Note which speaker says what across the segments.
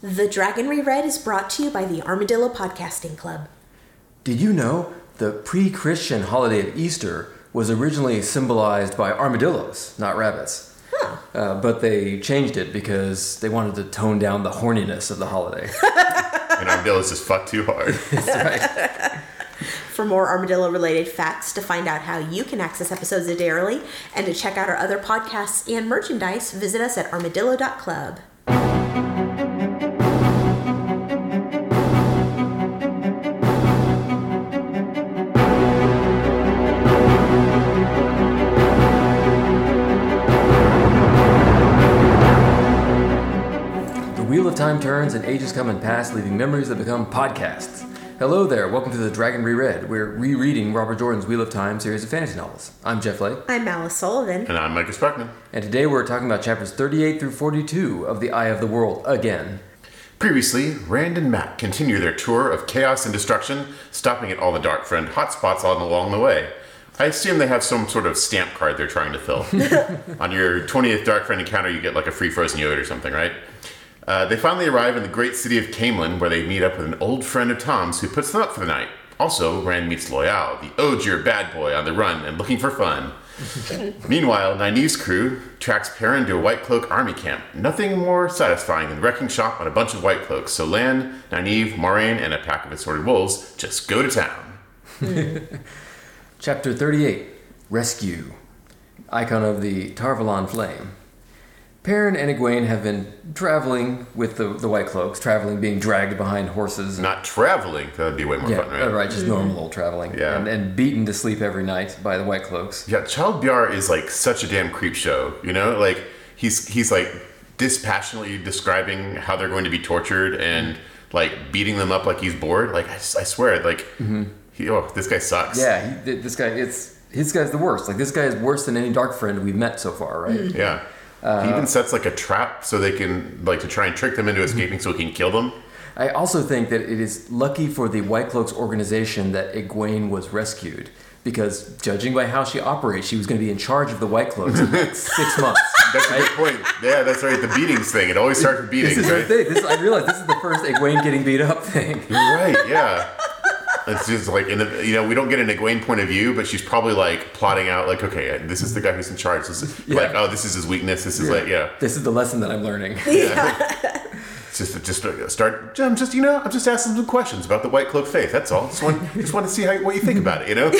Speaker 1: The Dragon Reread is brought to you by the Armadillo Podcasting Club.
Speaker 2: Did you know the pre Christian holiday of Easter was originally symbolized by armadillos, not rabbits?
Speaker 1: Huh.
Speaker 2: Uh, but they changed it because they wanted to tone down the horniness of the holiday.
Speaker 3: And Armadillo's just fucked too hard.
Speaker 1: For more armadillo related facts, to find out how you can access episodes a day early, and to check out our other podcasts and merchandise, visit us at armadillo.club.
Speaker 2: the wheel of time turns and ages come and pass, leaving memories that become podcasts. Hello there, welcome to the Dragon Reread. We're rereading Robert Jordan's Wheel of Time series of fantasy novels. I'm Jeff Lake,
Speaker 1: I'm Alice Sullivan.
Speaker 3: and I'm Michael Sparkman.
Speaker 2: and today we're talking about chapters 38 through 42 of The Eye of the World again.
Speaker 3: Previously, Rand and Matt continue their tour of chaos and destruction, stopping at all the Dark Friend hotspots on along the way. I assume they have some sort of stamp card they're trying to fill. on your 20th Dark Friend encounter, you get like a free frozen yogurt or something, right? Uh, they finally arrive in the great city of Camelin, where they meet up with an old friend of Tom's who puts them up for the night. Also, Rand meets Loyal, the Ogier bad boy on the run and looking for fun. Meanwhile, Nynaeve's crew tracks Perrin to a White Cloak army camp. Nothing more satisfying than wrecking shop on a bunch of White Cloaks, so Lan, Nynaeve, Moraine, and a pack of assorted wolves just go to town.
Speaker 2: Chapter 38 Rescue Icon of the Tarvalon Flame. Perrin and Egwene have been traveling with the, the White Cloaks, traveling being dragged behind horses. and-
Speaker 3: Not traveling, that would be way more
Speaker 2: yeah,
Speaker 3: fun, right?
Speaker 2: uh, right, just normal old traveling.
Speaker 3: Yeah.
Speaker 2: And, and beaten to sleep every night by the White Cloaks.
Speaker 3: Yeah, Child Bjar is like such a damn creep show, you know? Like, he's, he's like dispassionately describing how they're going to be tortured and like beating them up like he's bored. Like, I, s- I swear, like, he, oh, this guy sucks.
Speaker 2: Mm-hmm. Yeah, he, th- this guy, it's his guy's the worst. Like, this guy is worse than any dark friend we've met so far, right?
Speaker 3: Yeah. he even sets like a trap so they can like to try and trick them into escaping so he can kill them.
Speaker 2: I also think that it is lucky for the White Cloaks organization that Egwene was rescued. Because judging by how she operates, she was going to be in charge of the White Cloaks in like six months.
Speaker 3: That's a good point. Yeah, that's right. The beatings thing. It always starts with beatings,
Speaker 2: This is
Speaker 3: right?
Speaker 2: the thing. This, I realize this is the first Egwene getting beat up thing.
Speaker 3: You're right. Yeah. It's just like, in the, you know, we don't get an Egwene point of view, but she's probably like plotting out, like, okay, this is the guy who's in charge. This is like, oh, this is his weakness. This is like, yeah.
Speaker 2: This is the lesson that I'm learning.
Speaker 3: It's just, just uh, start. I'm just, you know, I'm just asking some questions about the White Cloak faith. That's all. Just want, just want to see how, what you think about it, you know?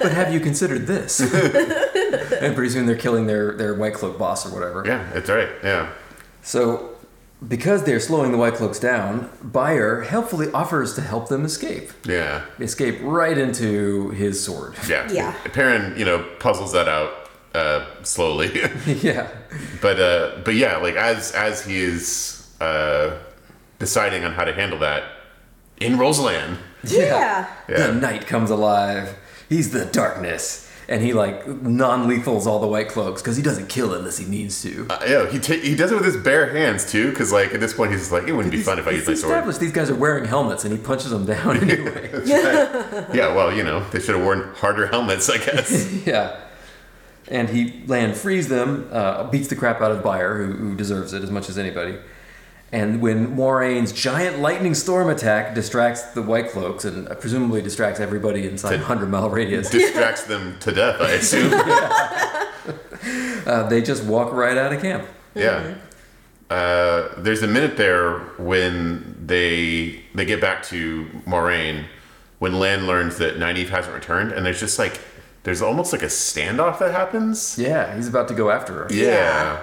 Speaker 2: But have you considered this? and pretty soon they're killing their, their White Cloak boss or whatever.
Speaker 3: Yeah, that's right. Yeah.
Speaker 2: So, because they're slowing the White Cloaks down, Bayer helpfully offers to help them escape.
Speaker 3: Yeah.
Speaker 2: Escape right into his sword.
Speaker 3: Yeah.
Speaker 1: Yeah.
Speaker 3: Perrin, you know, puzzles that out uh, slowly,
Speaker 2: yeah.
Speaker 3: but uh, but yeah, like as as he is uh, deciding on how to handle that in Roseland.
Speaker 1: Yeah.
Speaker 3: Yeah.
Speaker 2: The knight comes alive. He's the darkness. And he like non-lethals all the White Cloaks because he doesn't kill unless he needs to.
Speaker 3: Uh, yeah, he ta he does it with his bare hands too, because like at this point he's just like, it wouldn't be fun if I
Speaker 2: It's
Speaker 3: used my sword.
Speaker 2: established these guys are wearing helmets and he punches them down anyway.
Speaker 3: Yeah, well, you know, they should have worn harder helmets, I guess.
Speaker 2: Yeah. And he land frees them, uh, beats the crap out of Bayer, who, who deserves it as much as anybody. And when Moraine's giant lightning storm attack distracts the White Cloaks and uh, presumably distracts everybody inside a 100 mile radius,
Speaker 3: Distracts them to death, I assume.
Speaker 2: uh, they just walk right out of camp.
Speaker 3: Yeah. Uh, there's a minute there when they they get back to Moraine when Lan learns that Nynaeve hasn't returned, and there's just like there's almost like a standoff that happens.
Speaker 2: Yeah, he's about to go after her.
Speaker 1: Yeah.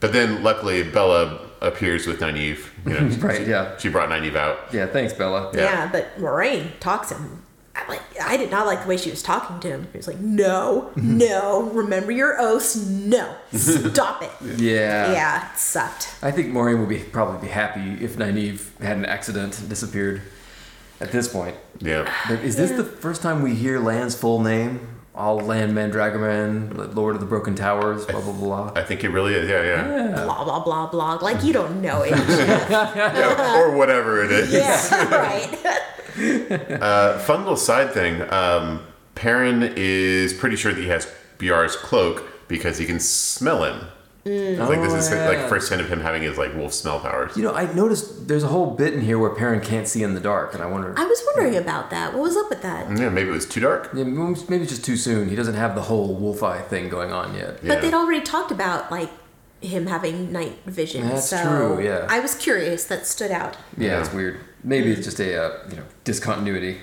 Speaker 3: But then luckily Bella appears with Nynaeve. You know,
Speaker 2: Right, yeah.
Speaker 3: She brought Nynaeve out.
Speaker 2: Yeah, thanks, Bella.
Speaker 1: Yeah, but Moraine talks to him. I, like, I did not like the way she was talking to him. He was like, no, no, remember your oaths. No, stop it.
Speaker 2: Yeah.
Speaker 1: Yeah, it sucked.
Speaker 2: I think Moraine would be probably be happy if Nynaeve had an accident and disappeared at this point.
Speaker 3: Yeah.
Speaker 2: But is this the first time we hear Land's full name? All Land Mandragoran, Lord of the Broken Towers, blah blah blah.
Speaker 3: I think it really is. Yeah, yeah.
Speaker 1: Blah, blah, blah, blah. Like, you don't know it.
Speaker 3: yeah or whatever it is.
Speaker 1: yeah, right.
Speaker 3: Fun little side thing. Um, Perrin is pretty sure that he has Bjar's cloak because he can smell him. It's like this
Speaker 2: Oh,
Speaker 3: is
Speaker 2: yeah.
Speaker 3: like first hint of him having his like wolf smell powers.
Speaker 2: You know, I noticed there's a whole bit in here where Perrin can't see in the dark, and I wonder.
Speaker 1: I was wondering about that. What was up with that?
Speaker 3: Yeah, maybe it was too dark.
Speaker 2: Yeah, m- maybe it's just too soon. He doesn't have the whole wolf eye thing going on yet.
Speaker 3: Yeah.
Speaker 1: But they'd already talked about like him having night vision.
Speaker 2: That's
Speaker 1: so
Speaker 2: true, yeah.
Speaker 1: I was curious. That stood out.
Speaker 2: Yeah, it's
Speaker 3: Yeah.
Speaker 2: weird. Maybe it's just a uh, you know discontinuity.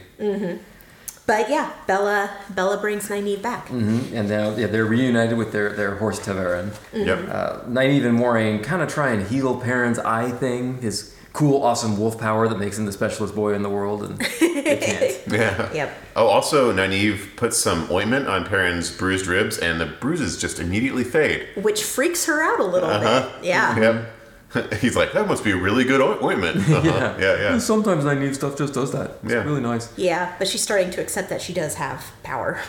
Speaker 1: But yeah, Bella Bella brings Nynaeve back.
Speaker 2: Mhm. And now yeah, they're reunited with their their horse Taverin.
Speaker 3: Yep.
Speaker 2: Uh, Nynaeve and Moraine kind of try and heal Perrin's eye thing, his cool, awesome wolf power that makes him the specialist boy in the world, and they can't.
Speaker 3: Yeah.
Speaker 1: Yep.
Speaker 3: Oh, also, Nynaeve puts some ointment on Perrin's bruised ribs, and the bruises just immediately fade.
Speaker 1: Which freaks her out a little bit. Yeah.
Speaker 3: Yep. He's like, that must be really good oi- ointment. Uh-huh. yeah. Yeah,
Speaker 2: Sometimes Nynaeve stuff just does that. It's
Speaker 3: Yeah.
Speaker 2: really nice.
Speaker 1: Yeah, but she's starting to accept that she does have power.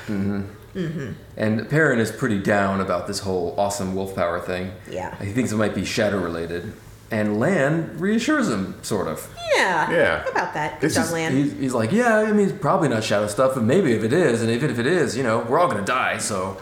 Speaker 2: And Perrin is pretty down about this whole awesome wolf power thing.
Speaker 1: Yeah.
Speaker 2: He thinks it might be shadow related. And Lan reassures him, sort of.
Speaker 1: Yeah.
Speaker 3: Yeah.
Speaker 1: How about that? Good
Speaker 3: This
Speaker 1: job,
Speaker 3: is-
Speaker 1: Lan.
Speaker 2: He's, he's like, yeah, I mean, it's probably not shadow stuff, but maybe if it is, and even if it is, you know, we're all gonna die, so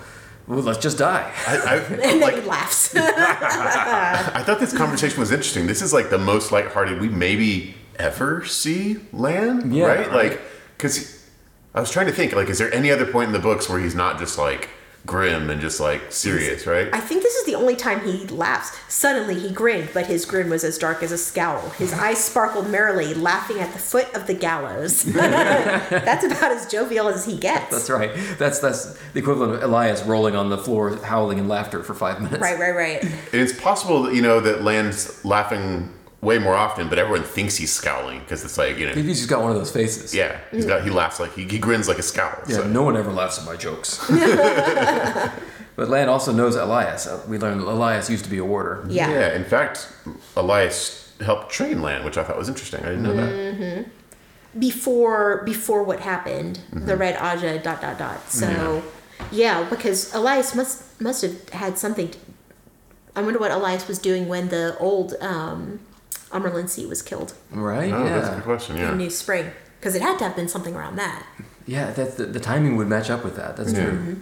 Speaker 2: well, let's just die.
Speaker 3: I, I,
Speaker 1: and then he
Speaker 3: like,
Speaker 1: laughs.
Speaker 3: I thought this conversation was interesting. This is like the most lighthearted we maybe ever see Lan,
Speaker 2: Yeah,
Speaker 3: right?
Speaker 2: right.
Speaker 3: Like, because I was trying to think, like, is there any other point in the books where he's not just like grim and just like serious, right?
Speaker 1: I think this is the only time he laughs. Suddenly he grinned, but his grin was as dark as a scowl. His eyes sparkled merrily, laughing at the foot of the gallows. That's about as jovial as he gets.
Speaker 2: That's right. That's that's the equivalent of Elias rolling on the floor, howling in laughter for five minutes.
Speaker 1: right, right, right.
Speaker 3: And it's possible, that, you know, that Lan's laughing way more often, but everyone thinks he's scowling because it's like, you know,
Speaker 2: Maybe he's just got one of those faces.
Speaker 3: yeah, he's got, he laughs like he, he grins like a scowl.
Speaker 2: Yeah,
Speaker 3: so.
Speaker 2: no one ever laughs at my jokes. but Lan also knows Elias. Uh, We learned Elias used to be a warder.
Speaker 1: Yeah.
Speaker 3: in fact, Elias helped train Lan, which I thought was interesting. I didn't know that.
Speaker 1: Before before what happened, the red Aja dot dot dot. So Mm-hmm. yeah. because Elias must must have had something to, I wonder what Elias was doing when the old um Umberlincy was killed
Speaker 2: Right?
Speaker 3: Oh,
Speaker 2: yeah.
Speaker 3: that's a good question.
Speaker 1: in
Speaker 3: Yeah.
Speaker 1: New Spring. Because it had to have been something around that.
Speaker 2: Yeah, that's the, the timing would match up with that. That's
Speaker 3: Yeah.
Speaker 2: true.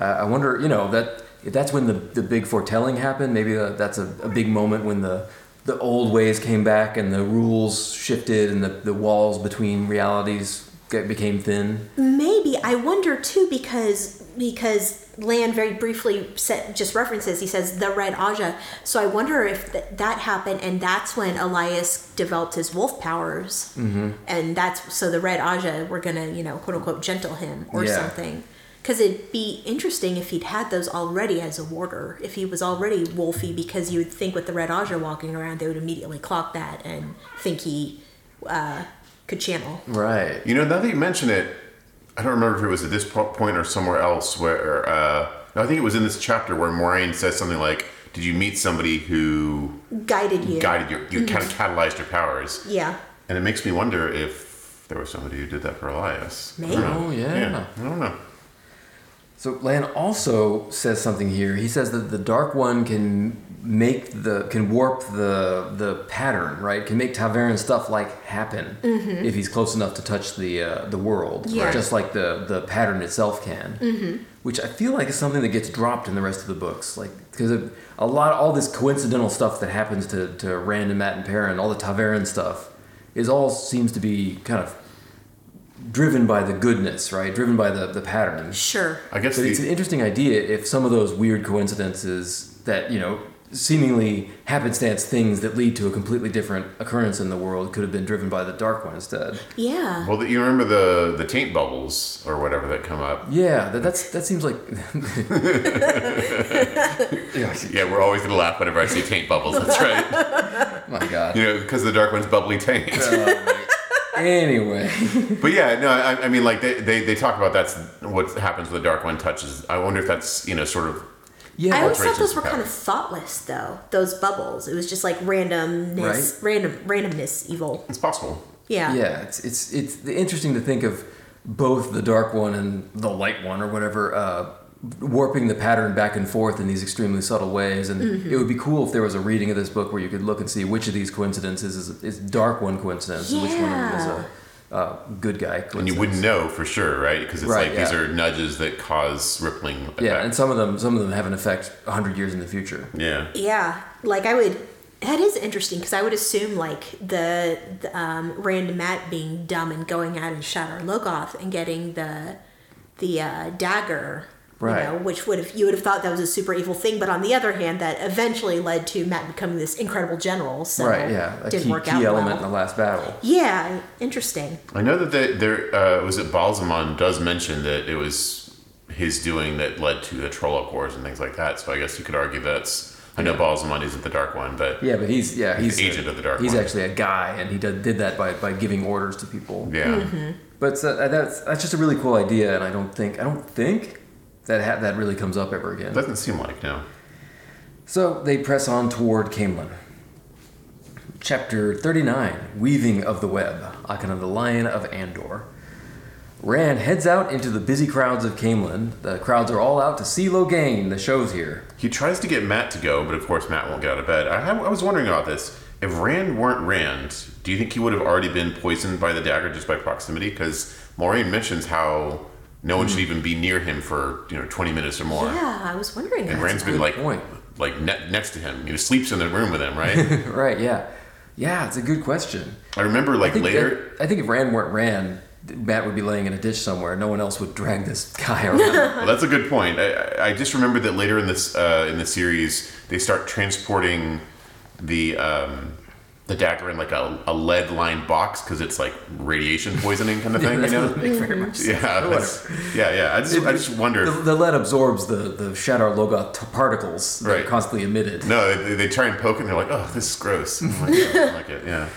Speaker 2: Uh, I wonder, you know, that if that's when the, the big foretelling happened. Maybe uh, that's a, a big moment when the the old ways came back and the rules shifted and the, the walls between realities get, became thin.
Speaker 1: Maybe I wonder too because because Land very briefly set, just references he says the Red Aja. So I wonder if th- that happened and that's when Elias developed his wolf powers. Mm-hmm. And that's so the Red Aja were gonna you know quote unquote gentle him or
Speaker 2: Yeah.
Speaker 1: something. Because it'd be interesting if he'd had those already as a warder, if he was already wolfy, because you would think with the Red Aja walking around, they would immediately clock that and think he uh, could channel.
Speaker 2: Right.
Speaker 3: You know, now that you mention it, I don't remember if it was at this po- point or somewhere else where uh, no, I think it was in this chapter where Moraine says something like, "Did you meet somebody who
Speaker 1: Guided you.
Speaker 3: guided your, you kind of catalyzed your powers?"
Speaker 1: Yeah.
Speaker 3: And it makes me wonder if there was somebody who did that for Elias. I don't
Speaker 1: Maybe.
Speaker 3: know.
Speaker 2: Oh, yeah.
Speaker 3: I don't know.
Speaker 2: So Lan also says something here. He says that the Dark One can make the can warp the the pattern, right? Can make Taveran stuff like happen if he's close enough to touch the uh, the world,
Speaker 1: Yeah.
Speaker 2: just like the the pattern itself can. Mm-hmm. Which I feel like is something that gets dropped in the rest of the books, like because a lot all this coincidental stuff that happens to to Rand and Matt and Perrin, all the Taveran stuff, is all seems to be kind of driven by the goodness, right? Driven by the the pattern.
Speaker 1: Sure.
Speaker 3: I guess
Speaker 2: But
Speaker 3: the,
Speaker 2: it's an interesting idea if some of those weird coincidences that, you know, seemingly happenstance things that lead to a completely different occurrence in the world could have been driven by the Dark One instead.
Speaker 1: Yeah.
Speaker 3: Well, that you remember the the taint bubbles or whatever that come up.
Speaker 2: Yeah, that, that's that seems like
Speaker 3: Yeah, we're always gonna laugh whenever I see taint bubbles. That's right.
Speaker 2: my god.
Speaker 3: You know, because the dark one's bubbly taint.
Speaker 2: Anyway,
Speaker 3: But yeah, no, I, I mean, like they, they they talk about that's what happens when the dark one touches. I wonder if that's you know sort of
Speaker 1: I
Speaker 2: yeah,
Speaker 1: always
Speaker 3: alterations
Speaker 1: thought those
Speaker 3: of
Speaker 1: were kind of
Speaker 3: powers.
Speaker 1: thoughtless, though. Those bubbles. It was just like randomness, random randomness, evil.
Speaker 3: it's possible.
Speaker 1: Yeah.
Speaker 2: yeah. It's it's it's interesting to think of both the Dark One and the Light One or whatever. Uh, warping the pattern back and forth in these extremely subtle ways and
Speaker 1: Mm-hmm.
Speaker 2: it would be cool if there was a reading of this book where you could look and see which of these coincidences is, is dark one coincidence and which one is
Speaker 1: Yeah.
Speaker 2: a, uh, good guy.
Speaker 3: And you wouldn't know for sure, right? Because it's
Speaker 2: Right,
Speaker 3: like these
Speaker 2: yeah.
Speaker 3: are nudges that cause rippling.
Speaker 2: Yeah,
Speaker 3: effect.
Speaker 2: and some of them, some of them have an effect hundred years in the future.
Speaker 3: yeah.
Speaker 1: Yeah, like I would. That is interesting because I would assume like the, the um, Rand Matt being dumb and going out and shatter Logoth and getting the the uh, dagger,
Speaker 2: Right.
Speaker 1: You know, which would have you would have thought that was a super evil thing, but on the other hand, that eventually led to Matt becoming this incredible general. So
Speaker 2: right. Yeah. A
Speaker 1: didn't
Speaker 2: key,
Speaker 1: work
Speaker 2: key
Speaker 1: out
Speaker 2: element in the
Speaker 1: well.
Speaker 2: last battle.
Speaker 1: Yeah, interesting.
Speaker 3: I know that they, there uh, was it Balsamon does mention that it was his doing that led to the Trolloc Wars and things like that. So I guess you could argue that's. I know Balsamon isn't the Dark One, but
Speaker 2: Yeah, but he's yeah he's
Speaker 3: agent of the Dark
Speaker 2: He's
Speaker 3: One.
Speaker 2: actually a guy, and he did, did that by, by giving orders to people.
Speaker 3: yeah,
Speaker 2: But uh, that's that's just a really cool idea, and I don't think I don't think that ha- that really comes up ever again.
Speaker 3: doesn't seem like no.
Speaker 2: So they press on toward Camelin. Chapter 39 Weaving of the Web, Akana the Lion of Andor. Rand heads out into the busy crowds of Camelin. The crowds are all out to see Loghain, the show's here.
Speaker 3: He tries to get Matt to go, but of course Matt won't get out of bed. I, I was wondering about this. If Rand weren't Rand, do you think he would have already been poisoned by the dagger just by proximity? Because Maureen mentions how no one should
Speaker 2: Hmm.
Speaker 3: even be near him for you know twenty minutes or more.
Speaker 1: Yeah, I was wondering.
Speaker 3: and
Speaker 1: that.
Speaker 3: Rand's been
Speaker 2: good
Speaker 3: like
Speaker 2: point.
Speaker 3: like ne- next to him. He sleeps in the room with him, right?
Speaker 2: right, yeah. Yeah, it's a good question.
Speaker 3: I remember like
Speaker 2: I think,
Speaker 3: later.
Speaker 2: I, think if Rand weren't Rand, Matt would be laying in a ditch somewhere. No one else would drag this guy around.
Speaker 3: Well, that's a good point. I, I- I just remember that later in this uh, in the series, they start transporting the um, the dagger in like a, a lead lined box because it's like radiation poisoning kind of thing.
Speaker 2: That
Speaker 3: you know?
Speaker 2: doesn't make very much sense.
Speaker 3: Yeah,
Speaker 2: But
Speaker 3: that's-
Speaker 2: whatever.
Speaker 3: yeah, yeah. I just, I just wonder.
Speaker 2: The,
Speaker 3: If,
Speaker 2: the lead absorbs the, the Shadar Logoth t- particles that
Speaker 3: Right.
Speaker 2: are constantly emitted.
Speaker 3: no, they, they try and poke it, and they're like, "Oh, this is gross." I'm like, "Yeah, I don't like it. Yeah,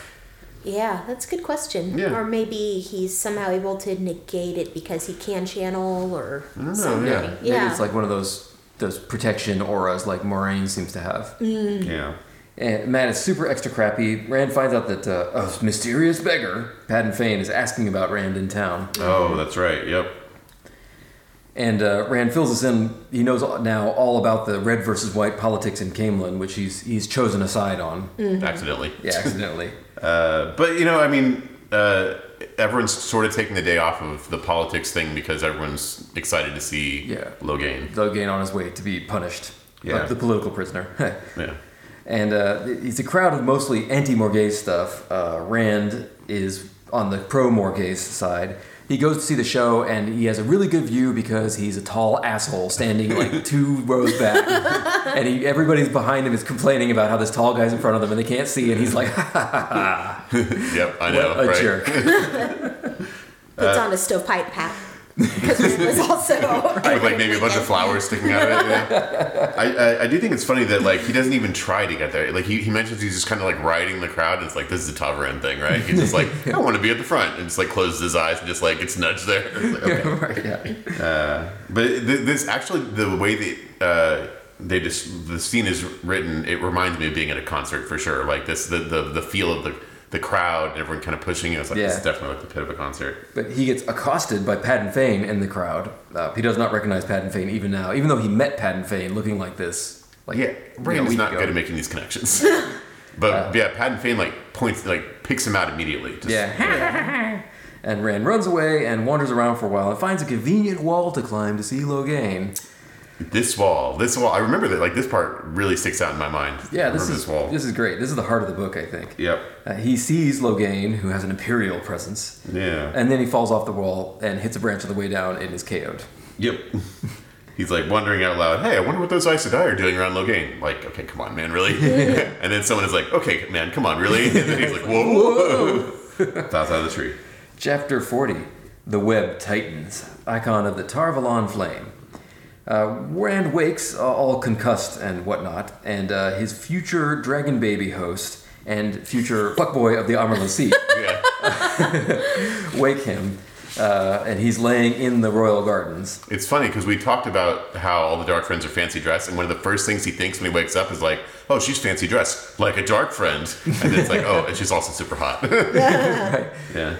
Speaker 1: Yeah, that's a good question.
Speaker 3: Yeah.
Speaker 1: Or maybe he's somehow able to negate it because he can channel or
Speaker 3: I don't know.
Speaker 1: something.
Speaker 3: Yeah,
Speaker 2: Maybe it's like one of those those protection auras like Moraine seems to have.
Speaker 3: yeah.
Speaker 2: And Matt is super extra crappy. Rand finds out that uh, a mysterious beggar, Padden Fane, is asking about Rand in town.
Speaker 3: Oh, that's right. Yep.
Speaker 2: And uh, Rand fills us in. He knows now all about the red versus white politics in Camelin, which he's he's chosen a side on.
Speaker 3: Mm. Accidentally.
Speaker 2: Yeah, accidentally.
Speaker 3: Uh, but you know, I mean, uh, everyone's sort of taking the day off of the politics thing because everyone's excited to see
Speaker 2: Yeah.
Speaker 3: Logain.
Speaker 2: Logain on his way to be punished.
Speaker 3: Yeah.
Speaker 2: Uh, the political prisoner.
Speaker 3: Yeah.
Speaker 2: And uh, it's a crowd of mostly anti Morgaze stuff. Uh, Rand is on the pro Morgaze side. He goes to see the show and he has a really good view because he's a tall asshole standing like two rows back. and he, everybody's behind him is complaining about how this tall guy's in front of them and they can't see. And he's like,
Speaker 3: Yep, I know.
Speaker 2: what a
Speaker 3: right.
Speaker 2: jerk.
Speaker 1: It's on a stovepipe hat. Because it was also.
Speaker 3: With like maybe a bunch of flowers sticking out of it. yeah. I, I, I do think it's funny that like he doesn't even try to get there. Like he, he mentions he's just kind of like riding the crowd. And it's like this is a Tavarin thing, right? He's just like I want to be at the front and just like closes his eyes and just like it's nudged there. It's like, okay.
Speaker 2: Right, yeah.
Speaker 3: But th- this actually, the way that uh, they just the scene is written, it reminds me of being at a concert for sure. Like this, the the, the feel of the the crowd and everyone kind of pushing you. It's like this
Speaker 2: Yeah.
Speaker 3: is definitely like the pit of a concert.
Speaker 2: But he gets accosted by Padden Fane in the crowd. Uh, he does not recognize Padden Fane even now, even though he met Padden Fane looking like this. Like,
Speaker 3: Yeah,
Speaker 2: a
Speaker 3: Rand's
Speaker 2: week
Speaker 3: not
Speaker 2: ago.
Speaker 3: good at making these connections. but yeah, Patton Fane like points, like picks him out immediately. Just,
Speaker 2: Yeah. and Rand runs away and wanders around for a while and finds a convenient wall to climb to see Loghain.
Speaker 3: This wall, this wall. I remember that. Like this part really sticks out in my mind.
Speaker 2: Yeah,
Speaker 3: I
Speaker 2: this
Speaker 3: remember
Speaker 2: is
Speaker 3: this wall.
Speaker 2: this is great. This is the heart of the book, I think.
Speaker 3: yep.
Speaker 2: Uh, he sees Loghain, who has an imperial presence,
Speaker 3: Yeah.
Speaker 2: and then he falls off the wall and hits a branch on the way down and is KO'd.
Speaker 3: Yep. He's like wondering out loud, hey, I wonder what those Aes Sedai are doing around Loghain. Like, okay, come on, man, really? and then someone is like, okay, man, come on, really? And then he's like, whoa. That's out of the tree.
Speaker 2: Chapter 40 The Web Titans, Icon of the Tarvalon Flame. Uh, Rand wakes, uh, all concussed and whatnot, and uh, his future dragon baby host and future fuckboy of the Amaryllis Sea
Speaker 3: Yeah.
Speaker 2: wake him, uh, and he's laying in the royal gardens.
Speaker 3: It's funny because we talked about how all the dark friends are fancy dressed, and one of the first things he thinks when he wakes up is like, oh, she's fancy dressed, like a dark friend. And then it's like, oh, and she's also super hot. yeah.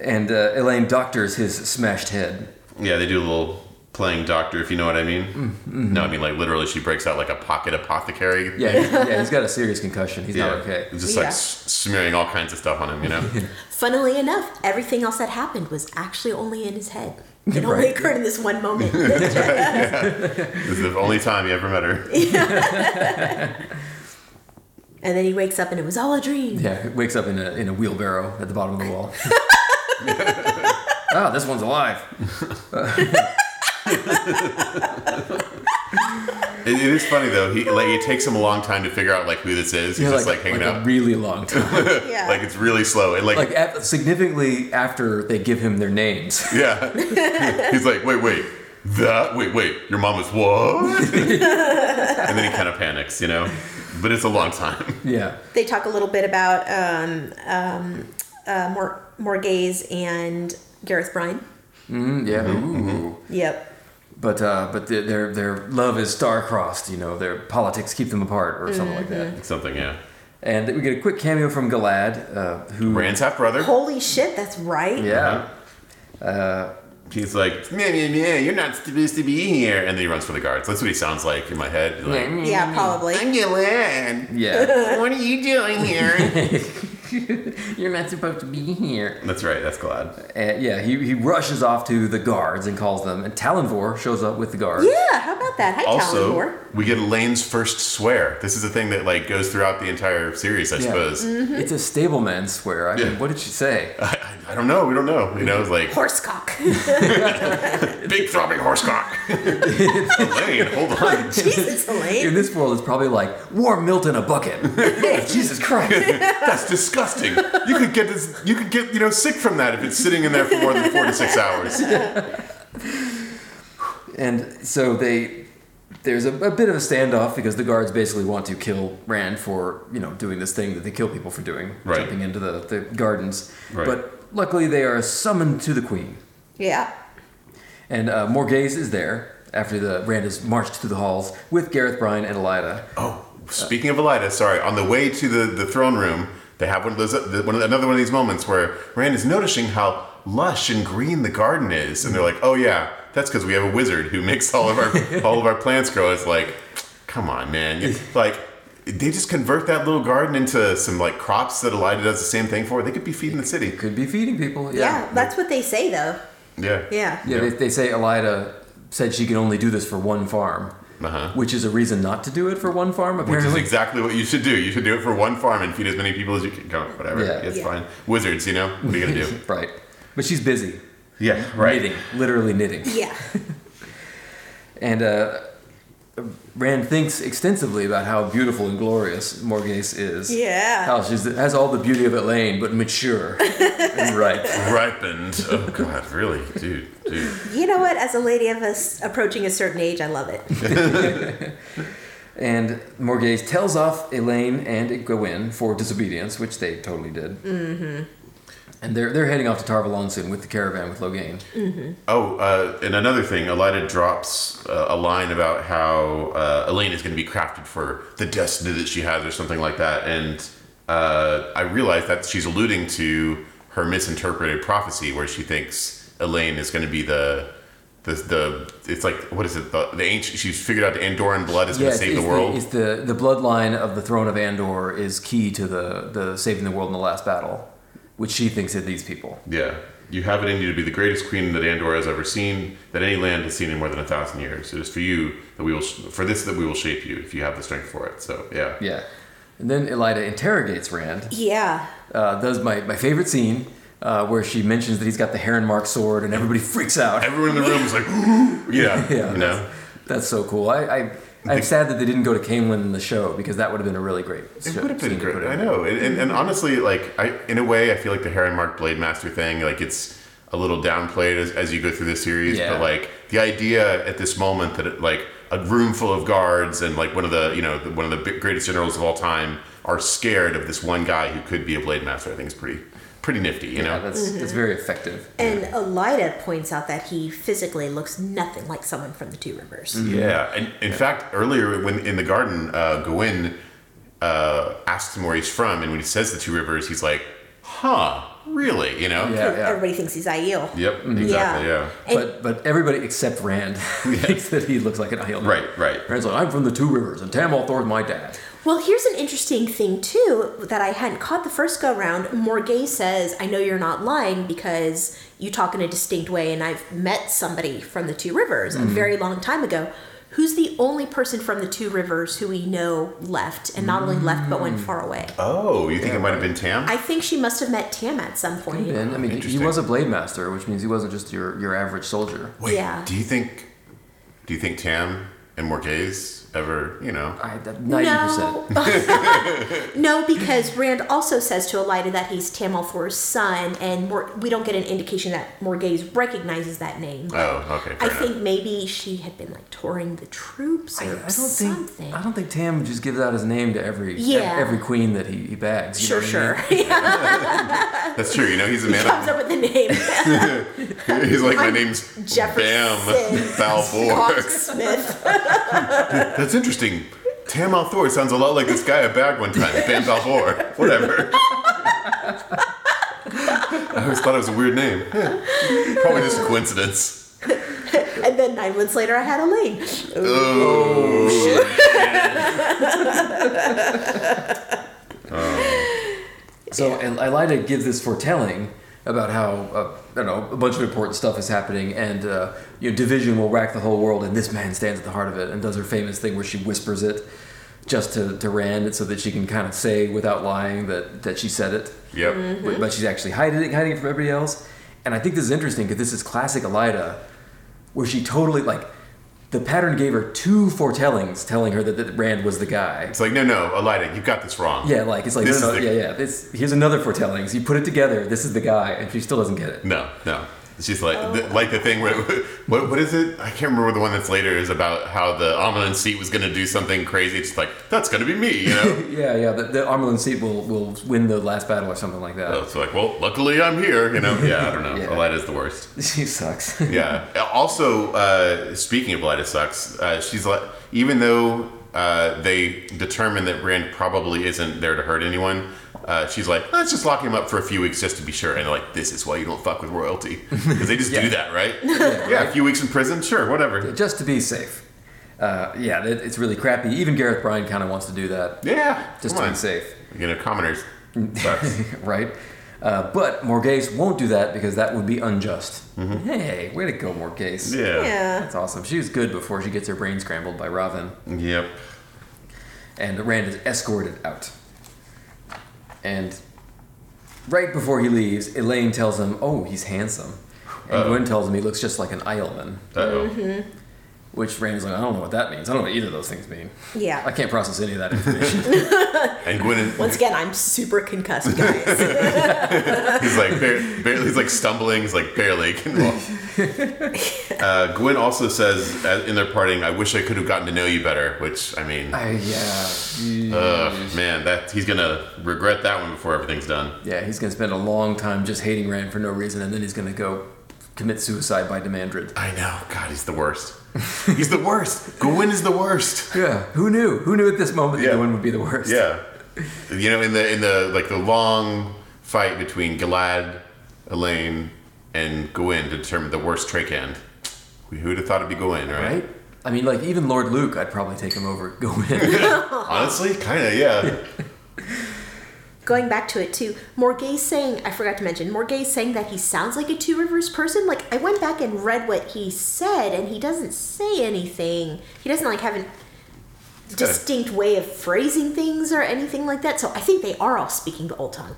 Speaker 2: And uh, Elaine doctors his smashed head.
Speaker 3: Yeah, they do a little playing doctor, if you know what I mean. No, I mean like literally, she breaks out like a pocket apothecary.
Speaker 2: Yeah, he's, yeah, he's got a serious concussion. He's not Oh, okay.
Speaker 3: Just
Speaker 1: Yeah.
Speaker 3: like s- smearing all kinds of stuff on him, you know.
Speaker 1: Funnily enough, everything else that happened was actually only in his head. It only
Speaker 2: Right.
Speaker 1: occurred in this one moment.
Speaker 3: this is the only time you ever met her.
Speaker 1: and then he wakes up and it was all a dream.
Speaker 2: Yeah, he wakes up in a in a wheelbarrow at the bottom of the wall. Ah, this one's alive.
Speaker 3: It, it is funny though. He like it takes him a long time to figure out like who this is. He's
Speaker 2: Yeah,
Speaker 3: just like, hanging
Speaker 2: like a
Speaker 3: out.
Speaker 2: really long time.
Speaker 1: Yeah.
Speaker 3: like it's really slow. And like,
Speaker 2: like af significantly after they give him their names.
Speaker 3: yeah, he's like, wait, wait, that, wait, wait, your mom is what? and then he kind of panics, you know. But it's a long time.
Speaker 2: Yeah,
Speaker 1: they talk a little bit about um, um, uh, Mor- Morgaze and Gareth Bryan.
Speaker 2: Mm, yeah.
Speaker 3: Mm-hmm,
Speaker 2: Ooh.
Speaker 1: Yep.
Speaker 2: But uh, but their- their their love is star-crossed. You know, their politics keep them apart, or something like that.
Speaker 3: Something, yeah.
Speaker 2: And we get a quick cameo from Galad, uh, who
Speaker 3: Rand's half brother.
Speaker 1: Holy shit, that's right.
Speaker 3: Uh-huh.
Speaker 2: Yeah.
Speaker 3: He's like, meh, meh, meh, you're not supposed to be here. And then he runs for the guards. That's what he sounds like in my head. Like,
Speaker 2: Mm.
Speaker 1: Yeah, probably.
Speaker 3: Gilad.
Speaker 2: Yeah.
Speaker 3: What are you doing here?
Speaker 2: You're not supposed to be here.
Speaker 3: That's right. That's Glad.
Speaker 2: And Uh, yeah, he, he rushes off to the guards and calls them, and Talonvor shows up with the guards.
Speaker 1: Yeah, how about that? Hi,
Speaker 3: Also,
Speaker 1: Talonor.
Speaker 3: we get Elaine's first swear. This is a thing that like goes throughout the entire series, I
Speaker 2: Yeah.
Speaker 3: suppose.
Speaker 2: It's a stableman swear. I mean,
Speaker 3: Yeah.
Speaker 2: what did she say?
Speaker 3: I, I don't know. We don't know. You know, it's like
Speaker 1: Horsecock.
Speaker 3: big throbbing horsecock. Elaine, hold on.
Speaker 1: Jesus,
Speaker 2: In
Speaker 1: Elaine.
Speaker 2: this world, it's probably like warm milk in a bucket. Jesus Christ!
Speaker 3: That's disgusting. You could get this. You could get you know sick from that if it's sitting in there for more than four to six hours.
Speaker 2: and so they, there's a, a bit of a standoff because the guards basically want to kill Rand for you know doing this thing that they kill people for doing,
Speaker 3: Right.
Speaker 2: jumping into the the gardens.
Speaker 3: Right.
Speaker 2: But luckily, they are summoned to the Queen.
Speaker 1: Yeah.
Speaker 2: And uh, Morgaze is there after the Rand is marched through the halls with Gareth Bryan and Elida.
Speaker 3: Oh, speaking of Elida, sorry. On the way to the, the throne room, they have one of those the, one of, another one of these moments where Rand is noticing how lush and green the garden is, and they're like, "Oh yeah, that's because we have a wizard who makes all of our all of our plants grow." It's like, come on, man. It's like. They just convert that little garden into some like crops that Elida does the same thing for. They could be feeding the city.
Speaker 2: Could be feeding people.
Speaker 1: yeah.
Speaker 2: Yeah.
Speaker 1: that's what they say, though.
Speaker 3: Yeah.
Speaker 1: Yeah.
Speaker 2: Yeah, They, they say Elida said she can only do this for one farm,
Speaker 3: Uh-huh.
Speaker 2: which is a reason not to do it for one farm,
Speaker 3: Which is
Speaker 2: apparently.
Speaker 3: exactly what you should do. You should do it for one farm and feed as many people as you can. Go, whatever.
Speaker 2: Yeah.
Speaker 3: It's
Speaker 1: Yeah.
Speaker 3: fine. Wizards, you know? What are you going to do?
Speaker 2: right. But she's busy
Speaker 3: yeah,
Speaker 2: knitting, literally knitting.
Speaker 1: Yeah.
Speaker 2: And uh, Rand thinks extensively about how beautiful and glorious Morgaze is.
Speaker 1: Yeah.
Speaker 2: How she has all the beauty of Elaine, but mature and ripe.
Speaker 3: Ripened. Oh, God, really? Dude, dude.
Speaker 1: You know what? As a lady of us approaching a certain age, I love it.
Speaker 2: And Morgaze tells off Elaine and Gawain for disobedience, which they totally did. Mm-hmm. And they're, they're heading off to Tarvalon soon with the caravan with Loghain.
Speaker 3: Oh, uh, and another thing, Elida drops uh, a line about how uh, Elaine is going to be crafted for the destiny that she has, or something like that. And uh, I realize that she's alluding to her misinterpreted prophecy, where she thinks Elaine is going to be the the the. It's like what is it? The, the ancient. She's figured out the Andoran blood is going to
Speaker 2: it's,
Speaker 3: save
Speaker 2: it's
Speaker 3: the world.
Speaker 2: it's the, the bloodline of the throne of Andor is key to the, the saving the world in the last battle, which she thinks are these people.
Speaker 3: yeah. You have it in you to be the greatest queen that Andor has ever seen, that any land has seen in more than a thousand years. It is for you that we will, sh- for this that we will shape you if you have the strength for it. So yeah.
Speaker 2: Yeah. And then Elida interrogates Rand.
Speaker 1: Yeah.
Speaker 2: Uh, does my, my favorite scene. Uh, where she mentions that he's got the Heron Mark sword and everybody freaks out.
Speaker 3: Everyone in the room is like, yeah,
Speaker 2: Yeah.
Speaker 3: you know.
Speaker 2: That's so cool. I, I I'm sad that they didn't go to Camelin in the show because that would have been a really great.
Speaker 3: It
Speaker 2: show-
Speaker 3: would have been
Speaker 2: scene to put in.
Speaker 3: great.
Speaker 2: Mm-hmm.
Speaker 3: I know, and, and, and honestly, like, I in a way, I feel like the Harry and Mark Blade Master thing, like, it's a little downplayed as, as you go through the series.
Speaker 2: Yeah.
Speaker 3: But like, the idea at this moment that it, like a room full of guards and like one of the you know the, one of the big, greatest generals of all time are scared of this one guy who could be a Blade Master, I think is pretty pretty nifty. You
Speaker 2: Yeah,
Speaker 3: know,
Speaker 2: that's
Speaker 1: Mm-hmm.
Speaker 2: that's very effective.
Speaker 1: And Elida points out that he physically looks nothing like someone from the Two Rivers.
Speaker 3: Yeah, and in fact, earlier when in the garden, uh, Gawain uh, asks him where he's from, and when he says the Two Rivers, he's like, huh, really? You know?
Speaker 2: Yeah, yeah.
Speaker 1: Everybody thinks he's Aiel.
Speaker 3: Yep, exactly, yeah.
Speaker 1: And-
Speaker 2: But but everybody except Rand thinks that he looks like an Aiel.
Speaker 3: Right, right.
Speaker 2: Rand's like, I'm from the Two Rivers, and Tam Althor's my dad.
Speaker 1: Well, here's an interesting thing too that I hadn't caught the first go round. Morgay says, "I know you're not lying because you talk in a distinct way, and I've met somebody from the Two Rivers a very long time ago." Who's the only person from the Two Rivers who we know left, and not only left but went far away?
Speaker 3: Oh, you think it might have been Tam?
Speaker 1: I think she must have met Tam at some point.
Speaker 2: And I mean, he- he
Speaker 3: Interesting.
Speaker 2: was a blade master, which means he wasn't just your, your average soldier.
Speaker 3: Wait,
Speaker 1: Yeah.
Speaker 3: do you think do you think Tam and Morgaze ever, you know?
Speaker 2: I, that 90%.
Speaker 1: No, because Rand also says to Elida that he's Tamalfor's son, and Mor- we don't get an indication that Morgaze recognizes that name.
Speaker 3: Oh, okay.
Speaker 1: I
Speaker 3: Fair
Speaker 1: think maybe she had been like touring the troops or
Speaker 2: I don't
Speaker 1: something.
Speaker 2: think I don't think Tam just gives out his name to every
Speaker 1: Yeah.
Speaker 2: every queen that he, he bags. you know
Speaker 1: sure,
Speaker 2: what
Speaker 1: sure.
Speaker 2: I
Speaker 1: he
Speaker 2: mean?
Speaker 3: enough. That's true. You know, he's a man.
Speaker 1: comes
Speaker 3: Of,
Speaker 1: up with the name
Speaker 3: he's like my
Speaker 1: I'm
Speaker 3: name's Bam
Speaker 1: Jefferson Cox
Speaker 3: Balfour.
Speaker 1: Smith.
Speaker 3: That's interesting. Tam Althor sounds a lot like this guy I bagged one time, Bam Balfour. Whatever. I always thought it was a weird name. Huh. Probably just a coincidence.
Speaker 1: And then nine months later, I had a lane.
Speaker 2: So and Elida gives this foretelling about how uh, I don't know a bunch of important stuff is happening, and uh, you know division will rack the whole world, and this man stands at the heart of it and does her famous thing where she whispers it just to, to Rand so that she can kind of say without lying that, that she said it.
Speaker 3: Yep.
Speaker 1: Mm-hmm.
Speaker 2: but, but she's actually hiding it, hiding it from everybody else. And I think this is interesting because this is classic Elida, where she totally like the pattern gave her two foretellings telling her that, that Rand was the guy.
Speaker 3: It's like, no, no, Elida, you've got this wrong.
Speaker 2: Yeah, like it's like
Speaker 3: This
Speaker 2: no, no,
Speaker 3: is the-
Speaker 2: yeah, yeah. This here's another foretelling. So you put it together. This is the guy, and she still doesn't get it.
Speaker 3: No, no. It's just like the, like the thing where what what is it? I can't remember the one that's later is about how the Amelin seat was gonna do something crazy. It's like that's gonna be me, you know.
Speaker 2: Yeah, yeah. The, the Armelin seat will will win the last battle or something like that.
Speaker 3: so it's like, well, luckily I'm here, you know. Yeah, I don't know.
Speaker 2: Yeah.
Speaker 3: Elida's the worst.
Speaker 2: She sucks.
Speaker 3: Yeah. also, uh, speaking of Elida sucks, uh, she's like, even though uh, they determine that Rand probably isn't there to hurt anyone. Uh, she's like, let's just lock him up for a few weeks just to be sure. And they're like, this is why you don't fuck with royalty. Because they just do that, right? Yeah, a few weeks in prison, sure, whatever.
Speaker 2: Just to be safe. Uh, yeah, it, it's really crappy. Even Gareth Bryan kind of wants to do that,
Speaker 3: Yeah,
Speaker 2: just
Speaker 3: come
Speaker 2: to
Speaker 3: on.
Speaker 2: be safe.
Speaker 3: You know, commoners. Sucks.
Speaker 2: right? Uh, but Morgase won't do that because that would be unjust. Hey, way to go, Morgase.
Speaker 3: Mm-hmm. yeah.
Speaker 1: Yeah.
Speaker 2: That's awesome. She was good before she gets her brain scrambled by Robin.
Speaker 3: Yep.
Speaker 2: And Rand is escorted out. And right before he leaves, Elaine tells him, oh, he's handsome. And Gwen tells him he looks just like an Isleman,
Speaker 3: Uh oh.
Speaker 2: which Rand's like, I don't know what that means. I don't know what either of those things mean. I
Speaker 1: Yeah.
Speaker 2: can't process any of that information.
Speaker 3: And Gwyneth
Speaker 1: Once again, I'm super concussed, guys.
Speaker 3: He's like bar- barely, he's like stumbling. He's like barely can walk. Uh, Gwen also says uh, in their parting, "I wish I could have gotten to know you better." Which I mean,
Speaker 2: I, yeah.
Speaker 3: ugh, man, that he's gonna regret that one before everything's done.
Speaker 2: Yeah, he's gonna spend a long time just hating Rand for no reason, and then he's gonna go commit suicide by Demandrid.
Speaker 3: I know. God, he's the worst. He's the worst. Gwen is the worst.
Speaker 2: Yeah, who knew? Who knew at this moment
Speaker 3: Yeah.
Speaker 2: that one would be the worst?
Speaker 3: Yeah. You know, in the in the like the long fight between Galad, Elaine, and Gwyn to determine the worst Trackhand. Who'd have thought it'd be Gwyn, right?
Speaker 2: Right? I mean, like even Lord Luke, I'd probably take him over. Go in.
Speaker 3: Honestly, kind of, yeah.
Speaker 1: Going back to it too, Morgay saying I forgot to mention Morgay saying that he sounds like a Two Rivers person. Like I went back and read what he said, and he doesn't say anything. He doesn't like have an
Speaker 3: kinda-
Speaker 1: distinct way of phrasing things or anything like that. So I think they are all speaking the Old Tongue.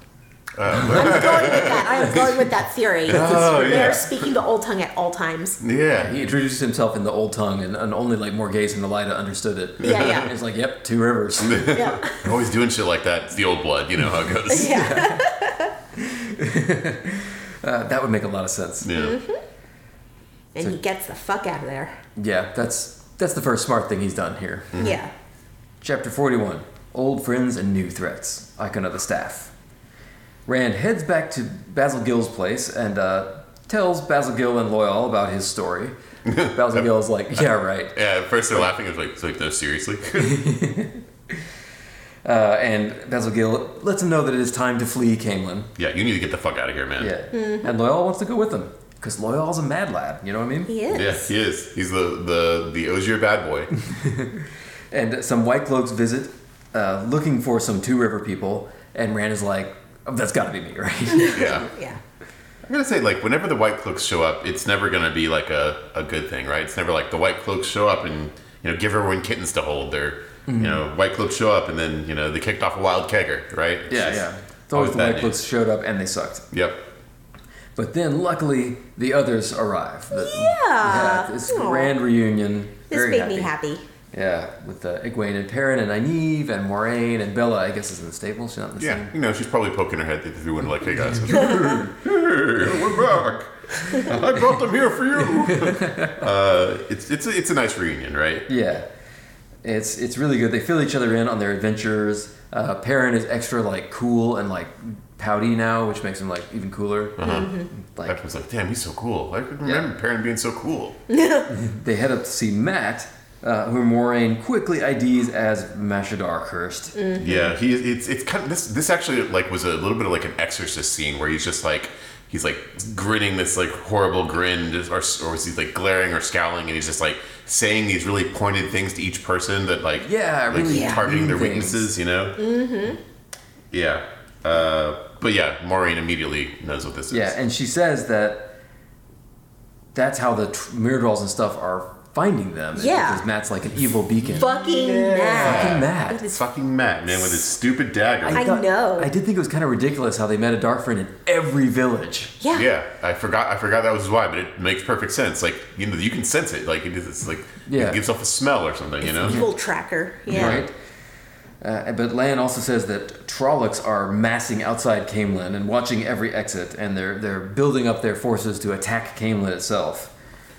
Speaker 1: I'm going with that. I'm going with that theory.
Speaker 3: Uh, Oh,
Speaker 1: They're
Speaker 3: yeah.
Speaker 1: speaking the Old Tongue at all times.
Speaker 3: Yeah.
Speaker 2: he introduced himself in the old tongue, and, and only like Morgase and Elida understood it.
Speaker 1: Yeah, yeah.
Speaker 2: It's like, yep, two rivers.
Speaker 1: Yeah.
Speaker 3: I'm always doing shit like that. It's the old blood, you know how it goes. Yeah.
Speaker 1: yeah.
Speaker 2: Uh, that would make a lot of sense.
Speaker 1: And he gets the fuck out of there.
Speaker 2: Yeah, that's that's the first smart thing he's done here.
Speaker 1: Yeah.
Speaker 2: Chapter 41 Old Friends and New Threats. Icon of the Staff. Rand heads back to Basil Gill's place and uh, tells Basil Gill and Loyal about his story. Basil Gill's like, yeah, right.
Speaker 3: Yeah, at first they're laughing. It's like, it's like no, seriously.
Speaker 2: Uh, and Basil Gill lets him know that it is time to flee Camelin.
Speaker 3: Yeah, you need to get the fuck out of here, man.
Speaker 2: Yeah.
Speaker 1: Mm-hmm.
Speaker 2: And Loyal wants to go with him because Loyal's a mad lad. You know what I mean?
Speaker 1: He
Speaker 3: Yeah,
Speaker 1: is.
Speaker 3: he is. He's the the the Ozier bad boy.
Speaker 2: And some White Cloaks visit, uh, looking for some Two River people. And Rand is like, "Oh, "That's got to be me, right?"
Speaker 3: Yeah.
Speaker 1: Yeah.
Speaker 3: I'm gonna say like whenever the white cloaks show up, it's never gonna be like a, a good thing, right? It's never like the white cloaks show up and you know give everyone kittens to hold. Or you know white cloaks show up and then you know they kicked off a wild kegger, right? It's
Speaker 2: yeah,
Speaker 3: just
Speaker 2: yeah. It's always the
Speaker 3: bad
Speaker 2: White Cloaks
Speaker 3: news.
Speaker 2: showed up and they sucked.
Speaker 3: Yep.
Speaker 2: But then, luckily, the others arrive. The-
Speaker 1: Yeah.
Speaker 2: it's
Speaker 1: Aw.
Speaker 2: grand reunion.
Speaker 1: This
Speaker 2: Very
Speaker 1: made me happy.
Speaker 2: Yeah, with uh, Egwene and Perrin and Nynaeve and Moraine and Bella. I guess is in the stable. She's not in the
Speaker 3: Yeah.
Speaker 2: scene.
Speaker 3: You know she's probably poking her head through the window like, hey guys, hey, we're back. I brought them here for you. Uh, it's it's a, it's a nice reunion, right?
Speaker 2: Yeah, it's it's really good. They fill each other in on their adventures. Uh, Perrin is extra like cool and like pouty now, which makes him like even cooler. Mm-hmm. Like
Speaker 3: Everyone's like, damn, he's so cool. I remember Perrin being so cool.
Speaker 2: they head up to see Matt, uh, who Moraine quickly IDs as Mashadar Cursed.
Speaker 1: Mm.
Speaker 3: Yeah, he it's it's kind of this this actually like was a little bit of like an exorcist scene where he's just like he's like grinning this like horrible grin just- or or he's like glaring or scowling and he's just like saying these really pointed things to each person that like
Speaker 2: Yeah,
Speaker 3: like
Speaker 2: really
Speaker 3: targeting
Speaker 2: mean
Speaker 3: their
Speaker 2: things.
Speaker 3: weaknesses, you know. Mm-hmm. Yeah. Uh, but yeah, Maureen immediately knows what this
Speaker 2: Yeah,
Speaker 3: is.
Speaker 2: and she says that that's how the tr- Myrtles and stuff are finding them. is
Speaker 1: Yeah.
Speaker 2: because Matt's like an evil beacon.
Speaker 1: Fucking mad.
Speaker 2: Fucking Matt.
Speaker 1: It's
Speaker 3: Fucking Matt, man, with his stupid dagger.
Speaker 1: I know.
Speaker 2: I did think it was kind of ridiculous how they met a dark friend in every village.
Speaker 1: Yeah.
Speaker 3: Yeah, I forgot. I forgot that was why, but it makes perfect sense. Like you know, you can sense it. Like it is. It's like
Speaker 2: Yeah.
Speaker 3: it gives off a smell or something. You know.
Speaker 1: Evil tracker. Yeah.
Speaker 2: Right? Uh, but Lan also says that Trollocs are massing outside Camelin and watching every exit, and they're they're building up their forces to attack Camelin itself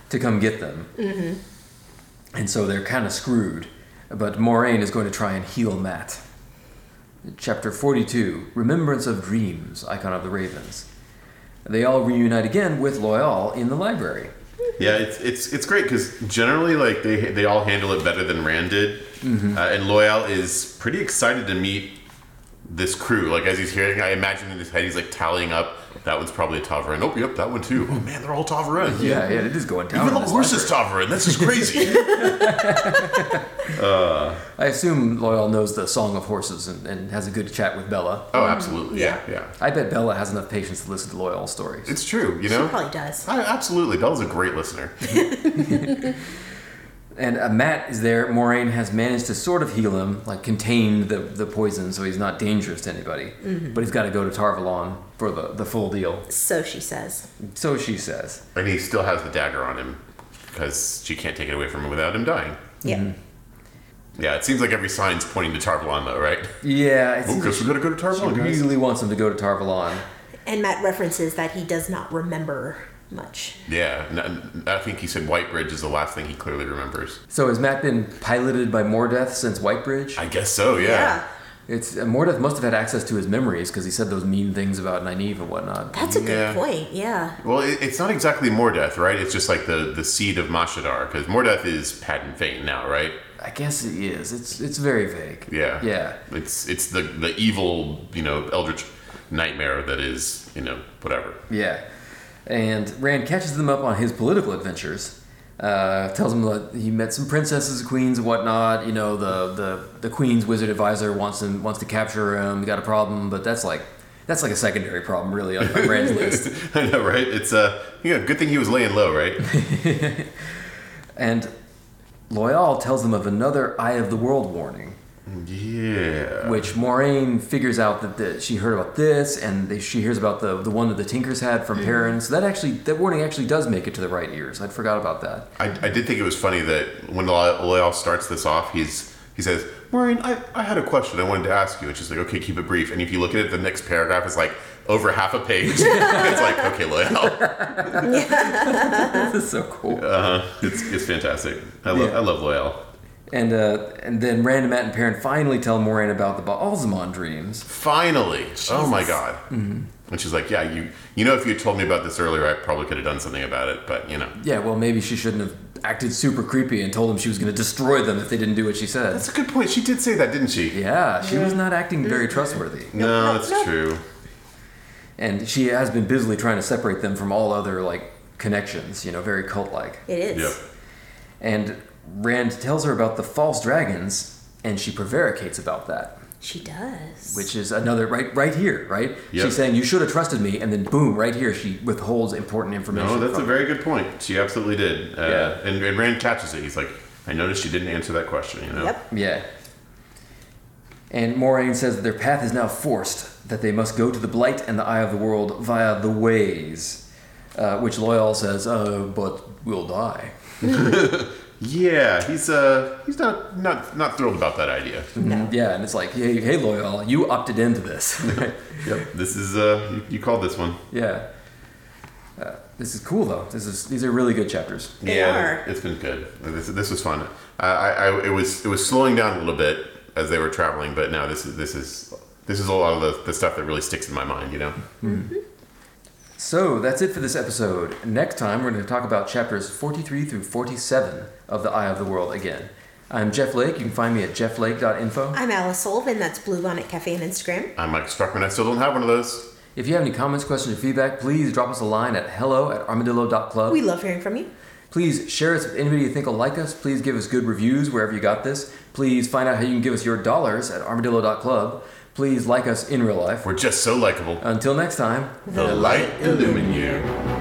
Speaker 2: to come get them. Mm-hmm. And so they're kind of screwed. But Moraine is going to try and heal Matt. Chapter 42 Remembrance of Dreams, Icon of the Ravens. They all reunite again with Loyal in the library.
Speaker 3: Yeah, it's it's it's great because generally, like they they all handle it better than Rand did, uh, and Loyal is pretty excited to meet this crew. Like as he's hearing, I imagine in his head he's like tallying up. That one's probably a Tavarin. Oh, yep, that one too. Oh man, they're all Tavarin.
Speaker 2: Yeah, yeah, it is going down.
Speaker 3: Even
Speaker 2: in
Speaker 3: the
Speaker 2: this
Speaker 3: horse is
Speaker 2: library.
Speaker 3: Tavarin. This is crazy.
Speaker 2: I assume Loyal knows the Song of Horses and, and has a good chat with Bella.
Speaker 3: oh, absolutely. Yeah, yeah.
Speaker 2: I bet Bella has enough patience to listen to Loyal's stories.
Speaker 3: It's true. You
Speaker 1: She
Speaker 3: know.
Speaker 1: probably does.
Speaker 3: I, absolutely, Bella's a great listener.
Speaker 2: And uh, Matt is there. Moraine has managed to sort of heal him, like contain the, the poison so he's not dangerous to anybody. But he's got to go to Tarvalon for the, the full deal.
Speaker 1: So she says.
Speaker 2: So she says.
Speaker 3: And he still has the dagger on him because she can't take it away from him without him dying.
Speaker 1: Yeah.
Speaker 3: Mm-hmm. Yeah, it seems like every sign's pointing to Tarvalon, though, right?
Speaker 2: Yeah, it
Speaker 3: Oh,
Speaker 2: seems like
Speaker 3: guess we gotta go to
Speaker 2: she
Speaker 3: Tarvalon, guys.
Speaker 2: really wants him to go to Tarvalon.
Speaker 1: And Matt references that he does not remember much.
Speaker 3: Yeah, n- n- I think he said Whitebridge is the last thing he clearly remembers.
Speaker 2: So has Matt been piloted by Mordeth since Whitebridge?
Speaker 3: I guess so, yeah.
Speaker 2: It's uh, Mordeth must have had access to his memories because he said those mean things about Nynaeve and whatnot.
Speaker 1: That's a
Speaker 3: Yeah.
Speaker 1: good point. Yeah.
Speaker 3: Well, it, it's not exactly Mordeth, right? It's just like the, the seed of Mashadar, because Mordeth is Patent Fane now, right?
Speaker 2: I guess it is. It's it's very vague.
Speaker 3: Yeah.
Speaker 2: Yeah.
Speaker 3: It's it's the, the evil, you know, eldritch nightmare that is, you know, whatever.
Speaker 2: Yeah. And Rand catches them up on his political adventures. Uh, tells them that he met some princesses, queens, and whatnot. You know, the, the, the queen's wizard advisor wants him wants to capture him. Got a problem, but that's like that's like a secondary problem, really, on on Rand's list.
Speaker 3: I know, right? It's uh, you know, good thing he was laying low, right?
Speaker 2: And Loyal tells them of another Eye of the World warning,
Speaker 3: yeah.
Speaker 2: which Moraine figures out that, that she heard about this, and they, she hears about the the one that the Tinkers had from Perrin. So that actually that warning actually does make it to the right ears. I'd forgot about that.
Speaker 3: I, I did think it was funny that when Lo- Loyal starts this off, he's he says, Maureen, I, I had a question I wanted to ask you. And she's like, okay, keep it brief. And if you look at it, the next paragraph is like over half a page. it's like, okay, Loyal.
Speaker 2: this is so cool.
Speaker 3: It's, it's fantastic. I love,
Speaker 2: Yeah.
Speaker 3: I love Loyal.
Speaker 2: And uh, and then Rand, Matt, and Perrin finally tell Moraine about the Baalzamon dreams.
Speaker 3: Finally. Oh my God. And she's like, yeah, you you know, if you had told me about this earlier, I probably could have done something about it. But, you know,
Speaker 2: Yeah, well, maybe she shouldn't have acted super creepy and told them she was going to destroy them if they didn't do what she said.
Speaker 3: That's a good point. She did say that, didn't she?
Speaker 2: yeah, she was not acting very trustworthy.
Speaker 3: No,
Speaker 1: no,
Speaker 3: that's
Speaker 1: no.
Speaker 3: true.
Speaker 2: And she has been busily trying to separate them from all other like connections, you know, very cult like.
Speaker 1: It is.
Speaker 3: Yep.
Speaker 2: And Rand tells her about the false dragons and she prevaricates about that.
Speaker 1: She does.
Speaker 2: Which is another right right here, right?
Speaker 3: Yep.
Speaker 2: She's saying you should have trusted me and then boom, right here she withholds important information.
Speaker 3: No, Oh, that's a
Speaker 2: from
Speaker 3: very good point. She absolutely did. Uh,
Speaker 2: Yeah.
Speaker 3: and, and Rand catches it. He's like, I noticed she didn't answer that question, you know?
Speaker 1: Yep.
Speaker 2: Yeah. And Moraine says that their path is now forced, that they must go to the Blight and the Eye of the World via the Ways. Uh, which Loyal says, uh, but we'll die.
Speaker 3: Yeah, he's uh he's not not not thrilled about that idea.
Speaker 2: Yeah, and it's like, hey, hey Loyal, you opted into this.
Speaker 3: yep. This is uh you, you called this one.
Speaker 2: yeah. Uh, this is cool, though. This is These are really good chapters.
Speaker 1: They
Speaker 3: yeah,
Speaker 1: are.
Speaker 3: it's been good. This, this was fun. I, I, I it was it was slowing down a little bit as they were traveling, but now this is this is this is a lot of the, the stuff that really sticks in my mind. You know,
Speaker 2: So that's it for this episode. Next time, we're going to talk about chapters 43 through 47 of The Eye of the World again. I'm Jeff Lake. You can find me at jefflake.info.
Speaker 1: I'm Alice Sullivan. That's Bluebonnet Cafe on Instagram.
Speaker 3: I'm Mike Struckman. I still don't have one of those.
Speaker 2: If you have any comments, questions, or feedback, please drop us a line at hello at armadillo.club.
Speaker 1: We love hearing from you.
Speaker 2: please share us with anybody you think will like us. Please give us good reviews wherever you got this. Please find out how you can give us your dollars at armadillo.club. Please like us in real life.
Speaker 3: We're just so likable.
Speaker 2: Until next time,
Speaker 3: The light illumine you.